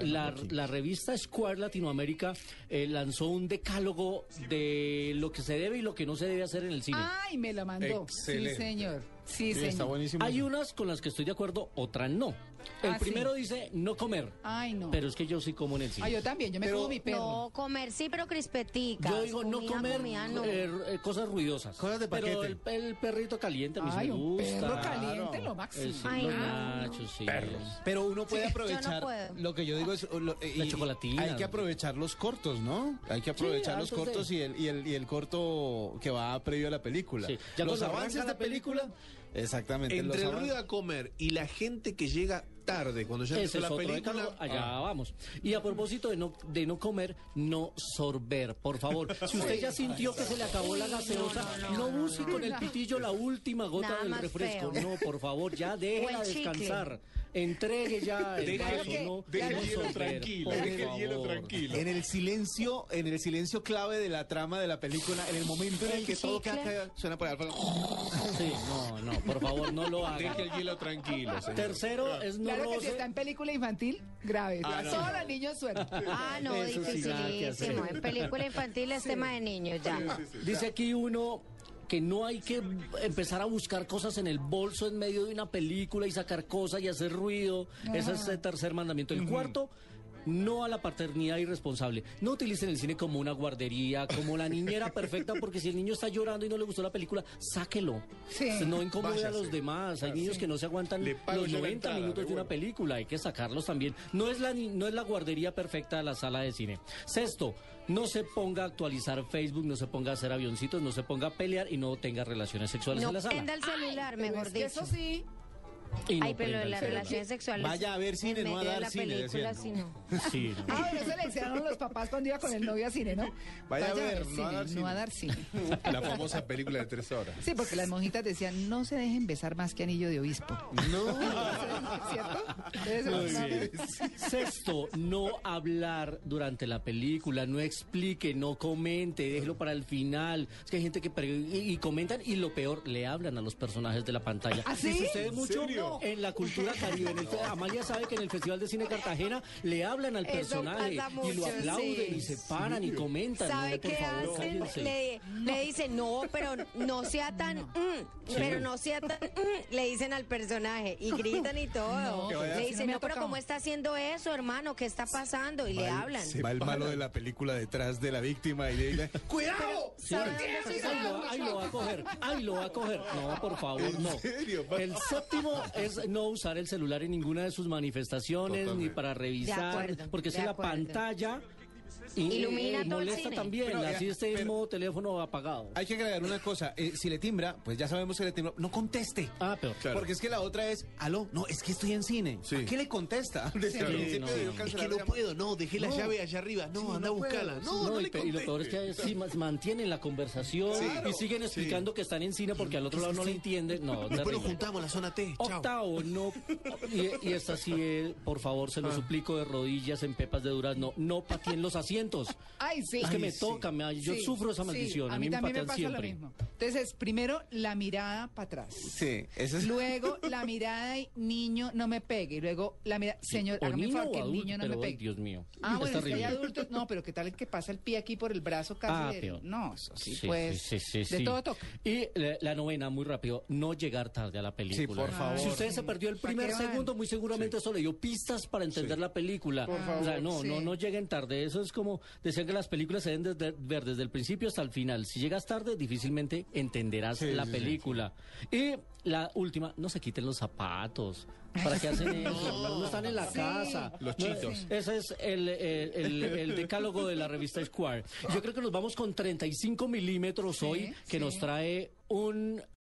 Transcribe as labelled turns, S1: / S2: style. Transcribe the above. S1: La, la revista Square Latinoamérica eh, lanzó un decálogo de lo que se debe y lo que no se debe hacer en el cine.
S2: Ay, me la mandó.
S3: Excelente.
S2: Sí, señor. Sí,
S3: Sí,
S2: señor.
S3: está buenísimo.
S1: Hay unas con las que estoy de acuerdo, otras no. El
S2: Ah, sí.
S1: primero dice no comer,
S2: Ay, no.
S1: pero es que yo sí como en el cine.
S2: Ay, Ah, yo también, yo me
S1: Pero-
S2: como mi perro.
S4: No, comer sí, pero crispetica.
S1: Yo digo no comer
S4: no.
S1: eh, eh, cosas ruidosas.
S3: Cosas de
S1: Pero el,
S3: paquete.
S1: el perrito caliente a mí sí
S2: Ay,
S1: me
S2: un
S1: gusta.
S2: perro caliente, lo máximo.
S1: Eh, sí,
S4: Ay,
S1: los
S4: no.
S1: nachos, sí.
S3: Pero uno puede aprovechar.
S4: puedo.
S3: Lo que yo digo es. o lo- eh,
S1: La
S3: y-
S1: chocolatina.
S3: Hay que aprovechar los cortos, ¿no? Hay que aprovechar los
S1: antes de-
S3: cortos y, el, y, el, y el corto que va previo a la película.
S1: Sí, ya
S3: los
S1: cuando arranca
S3: avances
S1: la
S3: de película. Exactamente. los
S5: Entre el
S3: avances-
S5: ruido a comer y la gente que llega tarde cuando ya
S1: Ese
S5: empezó
S1: es
S5: la
S1: otro
S5: película. Ah.
S1: decálogo, allá vamos. Y a propósito de no, de no comer, no sorber, por favor. Si usted ya sintió que se le acabó la gaseosa, no use con el pitillo la última gota
S4: Nada
S1: del
S4: más
S1: refresco.
S4: feo.
S1: No, por favor, ya déjela
S4: O el chicle.
S1: descansar. Entregue ya el vaso, no, no sorber, por favor.
S3: En el silencio, en el silencio clave de la trama de la película, en el momento en el,
S4: El
S3: que todo
S4: chicle.
S3: caca suena por ahí.
S1: Sí, no, no, por favor, no lo haga.
S5: Deje el hielo tranquilo, señor.
S1: Tercero es no
S2: Claro que si
S1: roce.
S2: está en película infantil, grave.
S3: Ah,
S2: Todos
S3: no.
S2: los niños sueltos.
S4: Ah, no,
S1: Eso sí, nada que
S4: dificilísimo. eh,
S1: hacer.
S4: En película infantil es tema de niños ya.
S1: Dice aquí uno que no hay que empezar a buscar cosas en el bolso en medio de una película y sacar cosas y hacer ruido. Ese es el tercer mandamiento. El cuarto, no a la paternidad irresponsable. No utilicen el cine como una guardería, como la niñera perfecta, porque si el niño está llorando y no le gustó la película, sáquelo.
S2: Sí.
S1: No incomode a
S5: Váyase.
S1: los demás. Hay niños que no se aguantan
S5: Le pago
S1: los
S5: yo la
S1: 90
S5: entrada,
S1: minutos de una
S5: devuelvo.
S1: película, hay que sacarlos también. No es la ni- no es la guardería perfecta de la sala de cine. Sexto, no se ponga a actualizar Facebook, no se ponga a hacer avioncitos, no se ponga a pelear y no tenga relaciones sexuales en
S4: No
S1: la
S4: prenda
S1: sala.
S4: el celular,
S2: Pero
S4: mejor
S2: es que
S4: dicho.
S2: eso sí.
S1: Y no
S4: Ay, pero
S1: prenda el
S4: las
S1: celular.
S4: relaciones sexuales.
S3: Vaya a ver cine,
S4: en
S3: no a
S4: medio de
S3: dar
S4: la
S3: cine,
S4: película,
S3: decían.
S4: si no.
S1: Sí, no.
S2: Ah, pero eso le hicieron los papás cuando iba con el novio a cine, ¿no?
S3: Vaya a ver, no a dar cine.
S2: no a dar cine.
S5: La famosa película de tres horas.
S2: Sí, porque las monjitas decían, no se dejen besar más que anillo de obispo.
S3: No.
S2: ¿Cierto? Eso, no,
S1: Sexto, no hablar durante la película, no explique, no comente, déjelo para el final. Es que hay gente que pre- y, y comentan y lo peor, le hablan a los personajes de la pantalla.
S2: ¿Ah,
S1: Y
S2: sí?
S1: sucede mucho en la cultura caribe. En el- Amalia sabe que en el Festival de Cine Cartagena le hablan al
S4: Eso
S1: personaje
S4: pasa
S1: y lo
S4: Eh, mucho,
S1: aplauden
S4: sí.
S1: y se paran y comentan.
S4: ¿Sabe
S1: No, por
S4: qué
S1: favor,
S4: hacen?
S1: cállense.
S4: Le, le dicen, no, pero no sea tan, mm, pero no sea tan, mm", le dicen al personaje y gritan y todo.
S2: No,
S4: le
S2: así no
S4: dicen,
S2: me ha
S4: no, pero
S2: tocado".
S4: ¿cómo está haciendo eso, hermano? ¿Qué está pasando? Y le hablan.
S3: Va el malo de la película detrás de la víctima y le dice, ¡Cuidado!
S1: Sí. Ahí lo, va- ahí lo va a coger, ahí lo va a coger. No, por favor, no.
S3: serio?
S1: El séptimo es no usar el celular en ninguna de sus manifestaciones, ni para revisar,
S4: De acuerdo,
S1: porque
S4: de
S1: si la
S4: acuerdo.
S1: pantalla y-
S4: Ilumina
S1: y
S4: todo el
S1: molesta
S4: cine.
S1: también,
S3: Pero,
S1: así
S3: eh,
S1: este
S3: pero-
S1: mismo teléfono apagado.
S3: Hay que agregar una cosa, eh, si le timbra, pues ya sabemos que le timbra, no conteste.
S1: Ah, pero
S5: Claro.
S3: Porque es que la otra es, aló, no, es que estoy en cine.
S5: Sí.
S3: ¿A ¿Qué le contesta? Desde el
S1: Sí,
S3: principio
S1: no.
S3: debió
S1: Es
S3: cancelar la
S5: no, dejé la llave allá arriba. No, anda a buscarla.
S1: No, y, pe- y lo peor es que si ma- mantienen la conversación y siguen explicando que están en cine porque al otro lado no le entienden. No, terrible.
S5: juntamos la zona T.
S1: Octavo, no. Y, y esta sí es, eh, por favor, se lo
S2: Ah.
S1: suplico de rodillas en pepas de durazno. No pateen los asientos.
S2: Ay, sí.
S1: Es que me
S2: Sí.
S1: toca, me- yo
S2: Sí,
S1: sufro esa
S2: sí.
S1: maldición. a mí me
S2: también me
S1: patean
S2: pasa
S1: siempre.
S2: lo mismo. Entonces, primero, la mirada para atrás.
S3: Sí, ese es...
S2: Luego la mirada y niño no me pegue. Y luego la mirada, señor,
S1: o
S2: hágame
S1: niño
S2: favor
S1: o
S2: que el
S1: adulto,
S2: niño no
S1: pero,
S2: me
S1: ay,
S2: pegue.
S1: Dios mío.
S2: Ah,
S1: es
S2: bueno, es que hay
S1: terrible.
S2: adultos. No, pero ¿qué tal el que pasa el pie aquí por el brazo casi?
S1: Ah,
S2: del-
S1: peor.
S2: No, eso sí,
S1: Sí,
S2: pues.
S1: sí, sí, sí,
S2: de
S1: sí.
S2: todo toca.
S1: Y la, la novena, muy rápido, no llegar tarde a la película.
S3: por favor.
S1: Si usted se perdió el
S2: ¿Para
S1: primer
S2: qué van?
S1: segundo, muy seguramente eso le dio pistas para entender la película. o sea, no,
S2: sí.
S1: no, no lleguen tarde. Eso es como decían que las películas se deben desde- ver desde el principio hasta el final. Si llegas tarde, difícilmente entenderás la película. Y la última, no se quiten los zapatos. ¿Para qué hacen eso? No están en la casa.
S5: Los
S1: No,
S5: chitos.
S1: ese es el, eh, el- el decálogo de la revista Square. Yo creo que nos vamos con 35 milímetros hoy, que nos trae un